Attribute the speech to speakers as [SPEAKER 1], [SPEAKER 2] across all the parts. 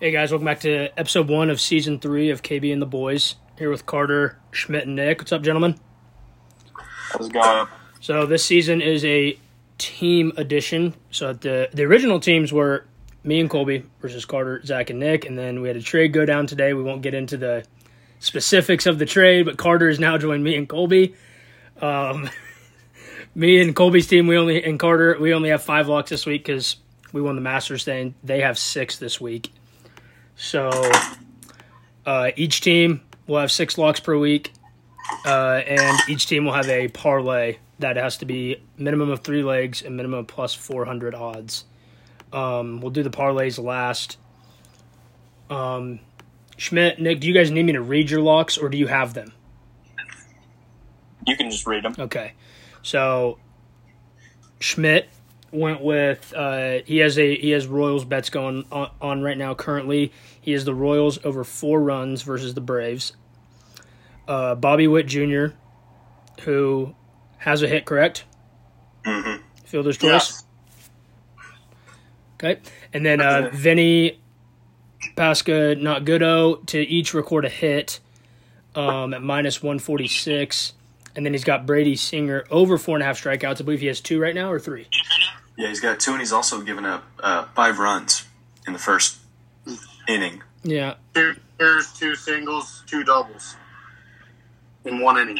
[SPEAKER 1] Hey guys, welcome back to episode one of season three of KB and the Boys. Here with Carter, Schmidt, and Nick. What's up, gentlemen?
[SPEAKER 2] How's it going?
[SPEAKER 1] So this season is a team edition. So the the original teams were me and Colby versus Carter, Zach, and Nick, and then we had a trade go down today. We won't get into the specifics of the trade, but Carter has now joined me and Colby. Um, me and Colby's team, we only and Carter, we only have five locks this week because we won the Masters thing. they have six this week. So uh, each team will have six locks per week, uh, and each team will have a parlay that has to be minimum of three legs and minimum plus four hundred odds. Um, we'll do the parlays last. Um, Schmidt, Nick, do you guys need me to read your locks or do you have them?
[SPEAKER 2] You can just read them.
[SPEAKER 1] Okay. So Schmidt went with uh, he has a he has Royals bets going on, on right now currently. He has the Royals over four runs versus the Braves. Uh, Bobby Witt Jr., who has a hit, correct?
[SPEAKER 2] Mm-hmm.
[SPEAKER 1] Fielder's choice. Okay. And then uh, Vinny, Pasca, Not Goodo to each record a hit um, at minus 146. And then he's got Brady Singer over four and a half strikeouts. I believe he has two right now or three.
[SPEAKER 3] Yeah, he's got two, and he's also given up uh, five runs in the first inning.
[SPEAKER 1] Yeah.
[SPEAKER 4] Two, there's two singles, two doubles in one inning.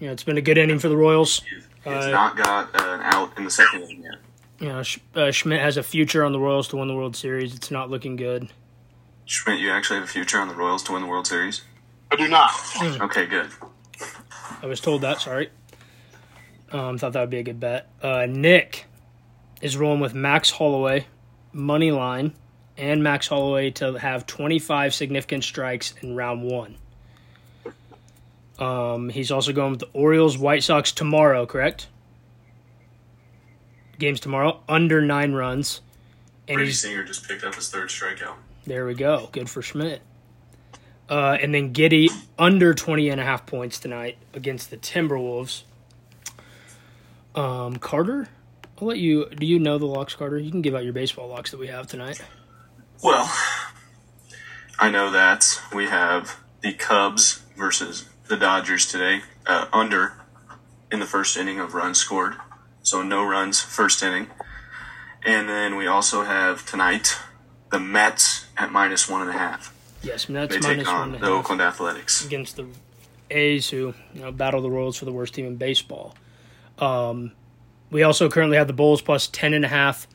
[SPEAKER 1] Yeah, it's been a good inning for the Royals.
[SPEAKER 3] He's
[SPEAKER 1] Uh,
[SPEAKER 3] not got uh, an out in the second inning yet.
[SPEAKER 1] You know, Sch- uh, Schmidt has a future on the Royals to win the World Series. It's not looking good.
[SPEAKER 3] Schmidt, you actually have a future on the Royals to win the World Series?
[SPEAKER 4] I do not.
[SPEAKER 1] Hmm.
[SPEAKER 3] Okay, good.
[SPEAKER 1] I was told that. Sorry. Um, thought that would be a good bet. Uh, Nick is rolling with Max Holloway, money line, and Max Holloway to have 25 significant strikes in round one. Um, he's also going with the Orioles White Sox tomorrow, correct? Games tomorrow, under nine runs. And
[SPEAKER 3] Brady
[SPEAKER 1] he's
[SPEAKER 3] Singer just picked up his third strikeout.
[SPEAKER 1] there we go. Good for Schmidt. Uh, and then Giddy under 20 and a half points tonight against the Timberwolves. Um, Carter, I'll let you. Do you know the locks, Carter? You can give out your baseball locks that we have tonight.
[SPEAKER 3] Well, I know that we have the Cubs versus the Dodgers today, uh, under in the first inning of runs scored. So no runs, first inning. And then we also have tonight the Mets at minus one and a half.
[SPEAKER 1] Yes, and that's
[SPEAKER 3] They
[SPEAKER 1] minus
[SPEAKER 3] take on
[SPEAKER 1] one and
[SPEAKER 3] the
[SPEAKER 1] a half
[SPEAKER 3] Oakland Athletics.
[SPEAKER 1] against the A's, who you know, battle the Royals for the worst team in baseball. Um, we also currently have the Bulls plus 10 and a half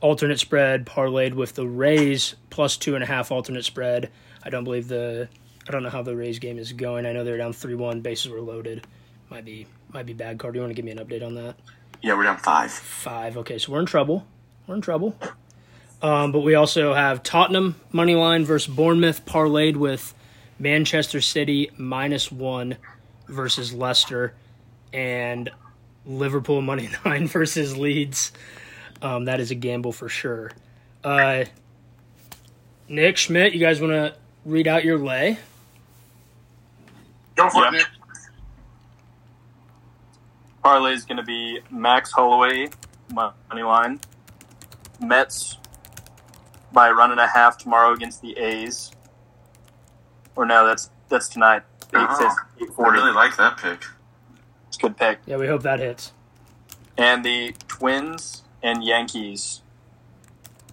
[SPEAKER 1] alternate spread parlayed with the Rays plus two and a half alternate spread. I don't believe the I don't know how the Rays game is going. I know they're down three one, bases were loaded. Might be might be bad card. Do you want to give me an update on that?
[SPEAKER 3] Yeah, we're down five.
[SPEAKER 1] Five. Okay, so we're in trouble. We're in trouble. Um, but we also have Tottenham money line versus Bournemouth parlayed with Manchester City minus one versus Leicester and Liverpool money line versus Leeds. Um, that is a gamble for sure. Uh, Nick Schmidt, you guys want to read out your lay?
[SPEAKER 4] Go for
[SPEAKER 2] Yeah.
[SPEAKER 4] it, Nick.
[SPEAKER 2] Parlay is going to be Max Holloway mon- money line, Mets by a run and a half tomorrow against the A's. Or no, that's that's tonight. Eight
[SPEAKER 3] Oh,
[SPEAKER 2] fifty, eight
[SPEAKER 3] I
[SPEAKER 2] forty.
[SPEAKER 3] really like that pick.
[SPEAKER 2] It's a good pick.
[SPEAKER 1] Yeah, we hope that hits.
[SPEAKER 2] And the Twins and Yankees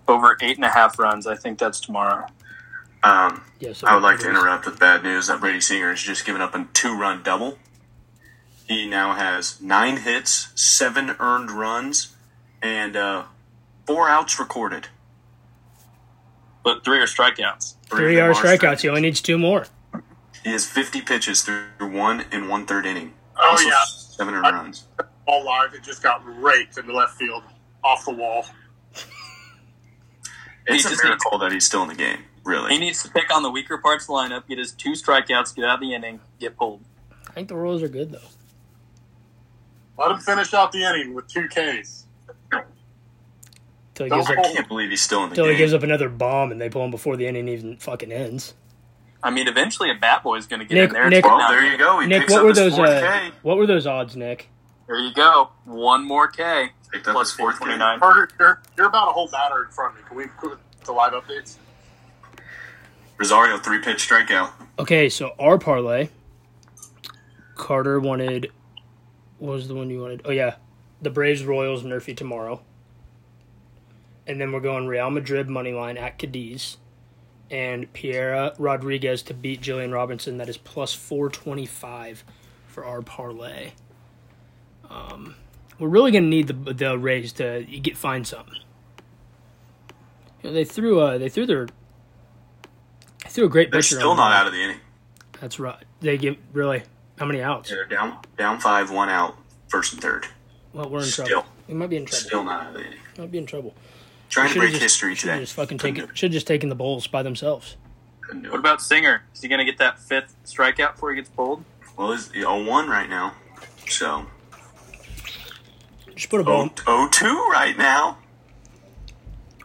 [SPEAKER 2] over eight and a half runs. I think that's tomorrow.
[SPEAKER 3] Um,
[SPEAKER 1] Yeah, so
[SPEAKER 3] I would like to interrupt with bad news that Brady Singer has just given up a two run double. He now has nine hits, seven earned runs, and uh, four outs recorded.
[SPEAKER 2] But three are strikeouts.
[SPEAKER 1] Three
[SPEAKER 3] of
[SPEAKER 1] hour
[SPEAKER 3] them are
[SPEAKER 1] strikeouts. He only needs two more.
[SPEAKER 3] He has 50 pitches through one and one third inning.
[SPEAKER 4] Oh,
[SPEAKER 3] Also
[SPEAKER 4] yeah.
[SPEAKER 3] Seven earned runs.
[SPEAKER 4] All live. It just got raked in the left field off the wall.
[SPEAKER 3] It's
[SPEAKER 2] He
[SPEAKER 3] a
[SPEAKER 2] just
[SPEAKER 3] miracle that he's still in the game,
[SPEAKER 2] He
[SPEAKER 3] really.
[SPEAKER 2] needs to pick on the weaker parts of the lineup, get his two strikeouts, get out of the inning, get pulled.
[SPEAKER 1] I think the Royals are good, though.
[SPEAKER 4] Let him finish out the inning with two Ks.
[SPEAKER 1] Till he
[SPEAKER 4] Don't
[SPEAKER 1] gives up-
[SPEAKER 3] I can't believe he's still in the
[SPEAKER 1] Till he
[SPEAKER 3] game.
[SPEAKER 1] gives up another bomb and they pull him before the inning even fucking ends.
[SPEAKER 2] I mean, eventually a bat boy is going to get
[SPEAKER 1] Nick-
[SPEAKER 2] in there.
[SPEAKER 1] Nick-
[SPEAKER 2] It's
[SPEAKER 3] well,
[SPEAKER 2] not-
[SPEAKER 3] there you go. He
[SPEAKER 1] Nick,
[SPEAKER 3] picks
[SPEAKER 1] what
[SPEAKER 3] up
[SPEAKER 1] were
[SPEAKER 3] his
[SPEAKER 1] those?
[SPEAKER 3] fourth
[SPEAKER 1] Uh,
[SPEAKER 3] K.
[SPEAKER 1] what were those odds, Nick?
[SPEAKER 2] There you go. One more K.
[SPEAKER 3] Picked up
[SPEAKER 2] Plus
[SPEAKER 3] his fourth K.
[SPEAKER 2] 429.
[SPEAKER 4] Carter, you're, you're about a whole batter in front of me. Can we put the live updates?
[SPEAKER 3] Rosario three pitch strikeout.
[SPEAKER 1] Okay, so our parlay. Carter wanted. What was the one you wanted? Oh yeah, the Braves, Royals, Murphy tomorrow. And then we're going Real Madrid money line at Cadiz, and Piera Rodriguez to beat Jillian Robinson. That is plus four twenty five for our parlay. Um, we're really gonna need the the Rays to get find something. You know, they threw uh they threw their they threw a great
[SPEAKER 3] They're
[SPEAKER 1] pitcher
[SPEAKER 3] still
[SPEAKER 1] on
[SPEAKER 3] not
[SPEAKER 1] them.
[SPEAKER 3] out of the inning.
[SPEAKER 1] That's right. They give really how many outs?
[SPEAKER 3] They're down down five, one out, first and third.
[SPEAKER 1] Well, we're in trouble.
[SPEAKER 3] Still.
[SPEAKER 1] We might be in trouble.
[SPEAKER 3] Still not out of the inning.
[SPEAKER 1] Might be in trouble.
[SPEAKER 3] Trying to
[SPEAKER 1] Should've
[SPEAKER 3] break
[SPEAKER 1] just-
[SPEAKER 3] history
[SPEAKER 1] should've
[SPEAKER 3] today.
[SPEAKER 1] Just fucking
[SPEAKER 3] Couldn't
[SPEAKER 1] take
[SPEAKER 3] do
[SPEAKER 1] it. Should just taken the Bulls by themselves.
[SPEAKER 3] Couldn't do
[SPEAKER 2] What
[SPEAKER 3] it.
[SPEAKER 2] about Singer? Is he going to get that fifth strikeout before he gets pulled?
[SPEAKER 3] Well, it's 0-1 right now. So Oh.
[SPEAKER 1] Just put a ball.
[SPEAKER 3] 0-2 right now.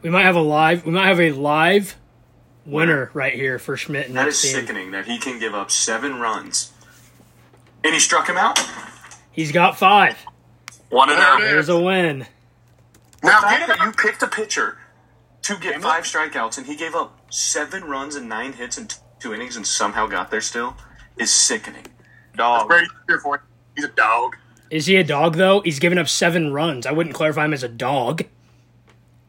[SPEAKER 1] We might have a live. We might have a live winner right here for Schmidt. And
[SPEAKER 3] That is
[SPEAKER 1] team.
[SPEAKER 3] sickening that he can give up seven runs. And he struck him out.
[SPEAKER 1] He's got five.
[SPEAKER 2] One and
[SPEAKER 4] There it
[SPEAKER 2] out.
[SPEAKER 1] There's a win.
[SPEAKER 3] Now,
[SPEAKER 4] Now, think
[SPEAKER 3] you picked a pitcher to get five strikeouts, and he gave up seven runs and nine hits in t- two innings, and somehow got there. Still, is sickening.
[SPEAKER 2] Dog.
[SPEAKER 4] Brady's here for you. He's a dog.
[SPEAKER 1] Is he a dog though? He's given up seven runs. I wouldn't clarify him as a dog.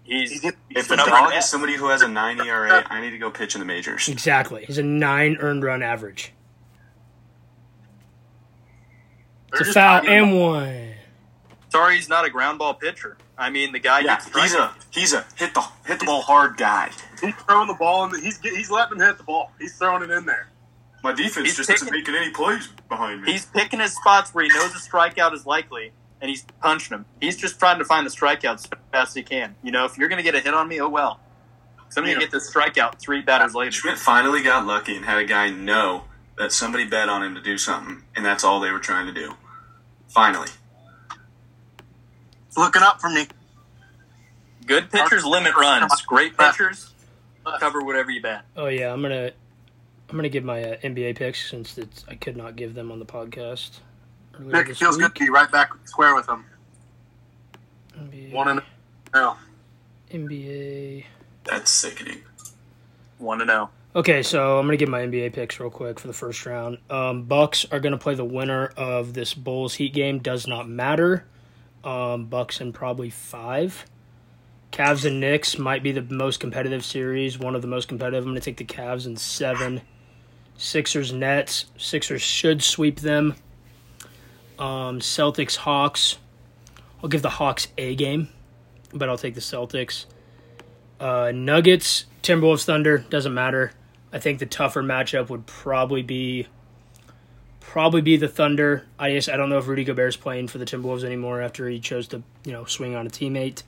[SPEAKER 2] He's,
[SPEAKER 4] He's a-
[SPEAKER 3] If a
[SPEAKER 2] an over
[SPEAKER 3] dog
[SPEAKER 2] net.
[SPEAKER 3] is somebody who has a nine ERA, I need to go pitch in the majors.
[SPEAKER 1] Exactly. He's a nine earned run average.
[SPEAKER 4] They're
[SPEAKER 1] It's a
[SPEAKER 4] just
[SPEAKER 1] foul
[SPEAKER 4] talking about-
[SPEAKER 1] and one.
[SPEAKER 2] Sorry, he's not a ground ball pitcher. I mean, the guy
[SPEAKER 3] Yeah,
[SPEAKER 2] gets
[SPEAKER 3] he's
[SPEAKER 2] strikeouts.
[SPEAKER 3] a he's a hit the hit the ball hard guy.
[SPEAKER 4] He's throwing the ball, and he's get- he's letting him hit the ball. He's throwing it in there.
[SPEAKER 3] My defense
[SPEAKER 2] He's
[SPEAKER 3] just isn't
[SPEAKER 2] picking-
[SPEAKER 3] making any plays behind me.
[SPEAKER 2] He's picking his spots where he knows a strikeout is likely, and he's punching him. He's just trying to find the strikeouts as fast as he can. You know, if you're going to get a hit on me, oh well. So I'm going
[SPEAKER 4] Yeah.
[SPEAKER 2] to get this strikeout three batters later.
[SPEAKER 3] Schmidt finally got lucky and had a guy know that somebody bet on him to do something, and that's all they were trying to do. Finally,
[SPEAKER 4] He's looking up for me.
[SPEAKER 2] Good pitchers limit runs. Great pitchers cover whatever you bat.
[SPEAKER 1] Oh yeah, I'm gonna, I'm gonna give my uh, NBA picks since it's, I could not give them on the podcast. earlier
[SPEAKER 4] Nick, it
[SPEAKER 1] this
[SPEAKER 4] feels
[SPEAKER 1] week.
[SPEAKER 4] good to be right back square with him.
[SPEAKER 1] NBA,
[SPEAKER 4] One and no.
[SPEAKER 1] NBA.
[SPEAKER 3] that's sickening.
[SPEAKER 2] One to know.
[SPEAKER 1] Okay, so I'm gonna give my NBA picks real quick for the first round. Um, Bucks are gonna play the winner of this Bulls Heat game. Does not matter. Um, Bucks in probably five. Cavs and Knicks might be the most competitive series. One of the most competitive. I'm gonna take the Cavs in seven. Sixers Nets. Sixers should sweep them. Um, Celtics Hawks. I'll give the Hawks a game, but I'll take the Celtics. Uh, Nuggets, Timberwolves, Thunder doesn't matter. I think the tougher matchup would probably be probably be the Thunder. I just I don't know if Rudy Gobert's playing for the Timberwolves anymore after he chose to you know swing on a teammate,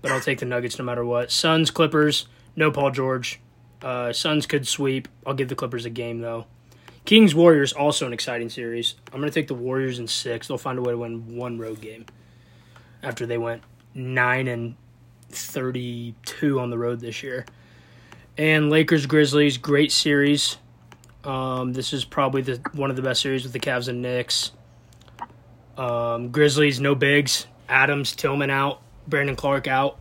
[SPEAKER 1] but I'll take the Nuggets no matter what. Suns, Clippers, no Paul George. Uh, Suns could sweep. I'll give the Clippers a game though. Kings Warriors also an exciting series. I'm gonna take the Warriors in six. They'll find a way to win one road game after they went nine and 32 on the road this year. And Lakers Grizzlies, great series. Um, this is probably the one of the best series with the Cavs and Knicks. Um, Grizzlies, no bigs. Adams, Tillman out. Brandon Clark out.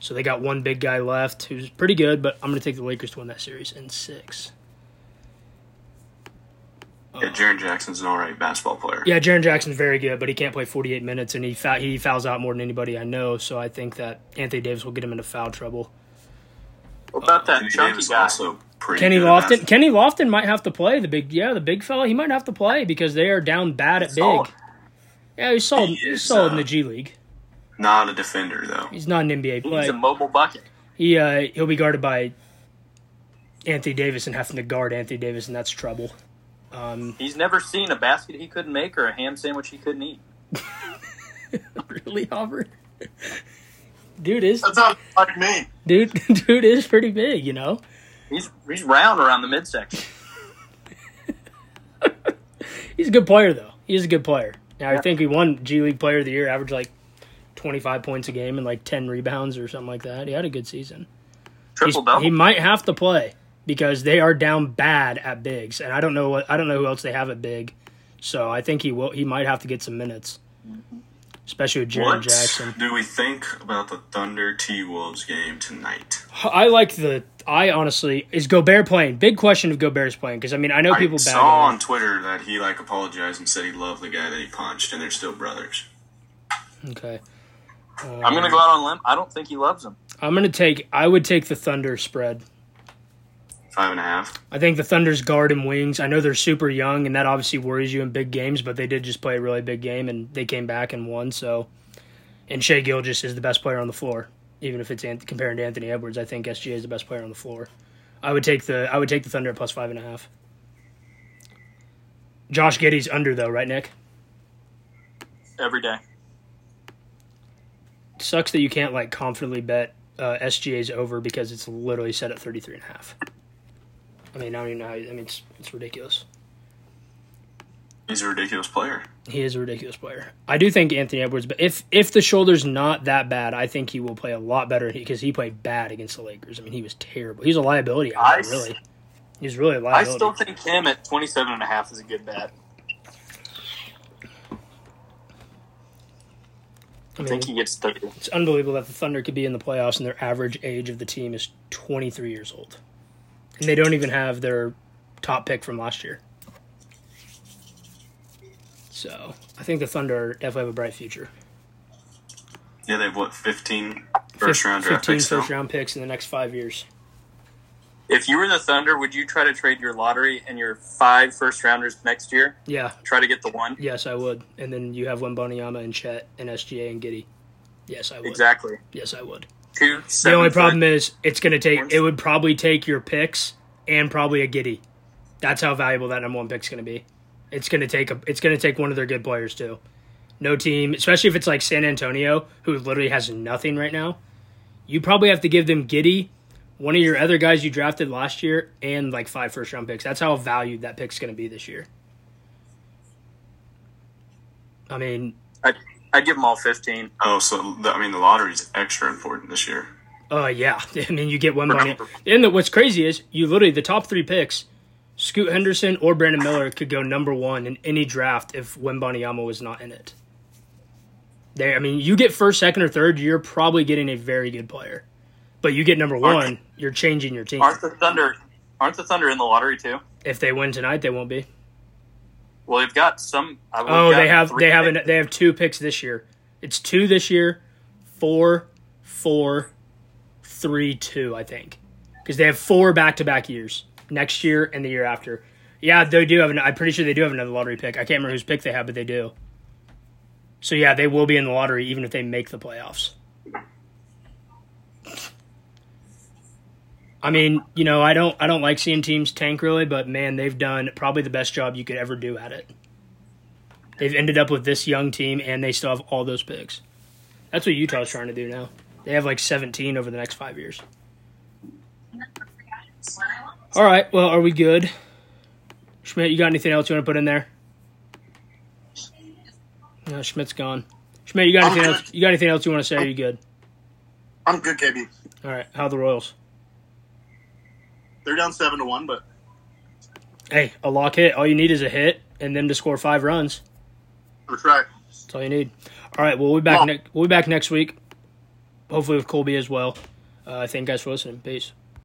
[SPEAKER 1] So they got one big guy left who's pretty good, but I'm going to take the Lakers to win that series in six.
[SPEAKER 3] Yeah, Jaron Jackson's an all right basketball player.
[SPEAKER 1] Yeah, Jaron Jackson's very good, but he can't play 48 minutes, and he fou- he fouls out more than anybody I know. So I think that Anthony Davis will get him into foul trouble.
[SPEAKER 2] What about that
[SPEAKER 3] Anthony
[SPEAKER 2] chunky
[SPEAKER 3] Davis
[SPEAKER 2] guy?
[SPEAKER 3] also pretty
[SPEAKER 1] Kenny
[SPEAKER 3] good at
[SPEAKER 1] Lofton.
[SPEAKER 3] basketball.
[SPEAKER 1] Kenny Lofton might have to play the big. Yeah, the big fella. He might have to play because they are down bad at big.
[SPEAKER 2] solid.
[SPEAKER 1] Yeah, he's solid.
[SPEAKER 3] He
[SPEAKER 1] he's
[SPEAKER 3] is,
[SPEAKER 1] solid in
[SPEAKER 3] uh,
[SPEAKER 1] the G League.
[SPEAKER 3] Not a defender though.
[SPEAKER 1] He's not an NBA
[SPEAKER 2] He's a
[SPEAKER 1] player.
[SPEAKER 2] mobile bucket.
[SPEAKER 1] He uh, he'll be guarded by Anthony Davis and having to guard Anthony Davis, and that's trouble. Um,
[SPEAKER 2] He's never seen a basket he couldn't make or a ham sandwich he couldn't eat.
[SPEAKER 1] really, Hopper. Dude is
[SPEAKER 4] That's not like me.
[SPEAKER 1] dude dude is pretty big, you know.
[SPEAKER 2] He's he's round around the midsection.
[SPEAKER 1] He's a good player though. He's a good player. Now I think he won G League Player of the Year, averaged like twenty five points a game and like ten rebounds or something like that. He had a good season. He's-
[SPEAKER 2] Triple double.
[SPEAKER 1] He might have to play because they are down bad at bigs, and I don't know what I don't know who else they have at big. So I think he will. He might have to get some minutes, especially with Jaron
[SPEAKER 3] What
[SPEAKER 1] Jackson.
[SPEAKER 3] do we think about the Thunder T Wolves game tonight?
[SPEAKER 1] I like the I honestly is Gobert playing? Big question if Gobert's playing because I mean I know people
[SPEAKER 3] I
[SPEAKER 1] bad.
[SPEAKER 3] saw on Twitter that he like apologized and said he loved the guy that he punched, and they're still brothers.
[SPEAKER 1] Okay,
[SPEAKER 2] I'm going to go out on a limb. I don't think he loves him.
[SPEAKER 1] I'm gonna take. I would take the Thunder spread.
[SPEAKER 3] Five and a half.
[SPEAKER 1] I think the Thunder's guard and wings. I know they're super young, and that obviously worries you in big games. But they did just play a really big game, and they came back and won. So, and Shea Gilgis is the best player on the floor, even if it's Anth- comparing to Anthony Edwards. I think SGA is the best player on the floor. I would take the I would take the Thunder at plus five and a half. Josh Giddy's under though, right, Nick?
[SPEAKER 2] Every day.
[SPEAKER 1] Sucks that you can't like confidently bet uh, SGA's over because it's literally set at thirty three and a half. I mean, I don't even know. How, you- I mean, it's it's ridiculous.
[SPEAKER 3] He's a ridiculous player.
[SPEAKER 1] He is a ridiculous player. I do think Anthony Edwards, but if if the shoulder's not that bad, I think he will play a lot better because he played bad against the Lakers. I mean, he was terrible. He's a liability.
[SPEAKER 2] I
[SPEAKER 1] Out
[SPEAKER 2] s-
[SPEAKER 1] there, really, he's really a
[SPEAKER 2] I
[SPEAKER 1] liability.
[SPEAKER 2] still think him at 27 and a half is a good bet.
[SPEAKER 1] I
[SPEAKER 2] I
[SPEAKER 1] mean,
[SPEAKER 2] think he gets 30.
[SPEAKER 1] it's unbelievable that the Thunder could be in the playoffs and their average age of the team is 23 years old, and they don't even have their top pick from last year. So I think the Thunder definitely have a bright future.
[SPEAKER 3] Yeah, they have what 15 first round draft
[SPEAKER 1] 15
[SPEAKER 3] picks. now?
[SPEAKER 1] first round picks in the next five years.
[SPEAKER 2] If you were the Thunder, would you try to trade your lottery and your five first rounders next year?
[SPEAKER 1] Yeah,
[SPEAKER 2] Try to get the one?
[SPEAKER 1] Yes, I would. And then you have Wimbanyama and Chet and SGA and Giddy. Yes, I would.
[SPEAKER 2] Exactly.
[SPEAKER 1] Yes, I would.
[SPEAKER 2] Two,
[SPEAKER 1] The
[SPEAKER 2] seven,
[SPEAKER 1] only
[SPEAKER 2] thir-
[SPEAKER 1] problem is it's going to take.
[SPEAKER 2] Orange.
[SPEAKER 1] It would probably take your picks and probably a Giddy. That's how valuable that number one pick's going to be. It's going to take a. It's going to take one of their good players too. No team, especially if it's like San Antonio, who literally has nothing right now. You probably have to give them Giddy, one of your other guys you drafted last year, and like five first round picks. That's how valued that pick's going to be this year. I mean,
[SPEAKER 2] I'd, I'd give them all 15.
[SPEAKER 3] Oh, so the, I mean the lottery's extra important this year.
[SPEAKER 1] Uh, yeah. I mean, you get one money.
[SPEAKER 2] Remember-
[SPEAKER 1] And the, what's crazy is you literally the top three picks, Scoot Henderson or Brandon Miller could go number one in any draft if Wembanyama was not in it. There, I mean, you get first, second, or third, you're probably getting a very good player. But you get number one, you're changing your team.
[SPEAKER 2] Aren't the Thunder aren't the Thunder in the lottery too?
[SPEAKER 1] If they win tonight, they won't be.
[SPEAKER 2] Well, they've got some. I
[SPEAKER 1] Oh, they have they have an, they have two picks this year. It's two this year, four, four, three, two. I think because they have four back to back years next year and the year after. Yeah, they do have. An, I'm pretty sure they do have another lottery pick. I can't remember whose pick they have, but they do. So yeah, they will be in the lottery even if they make the playoffs. I mean, you know, I don't I don't like seeing teams tank really, but man, they've done probably the best job you could ever do at it. They've ended up with this young team and they still have all those picks. That's what Utah's trying to do now. They have like 17 over the next 5 years. All right, well, are we good? Schmidt, you got anything else you want to put in there? No, Schmidt's gone. Schmidt, you got
[SPEAKER 4] I'm
[SPEAKER 1] anything
[SPEAKER 4] good.
[SPEAKER 1] else? You got anything else you want to say? Are you good?
[SPEAKER 4] I'm good, KB.
[SPEAKER 1] All right. How are the Royals?
[SPEAKER 4] They're down seven to one, but
[SPEAKER 1] Hey, a lock hit. All you need is a hit and them to score five runs.
[SPEAKER 4] that's right.
[SPEAKER 1] That's all you need. All right, well, we'll be back.
[SPEAKER 4] Yeah.
[SPEAKER 1] Ne- we'll be back next week, hopefully with Colby as well. Uh, thank you guys for listening. Peace.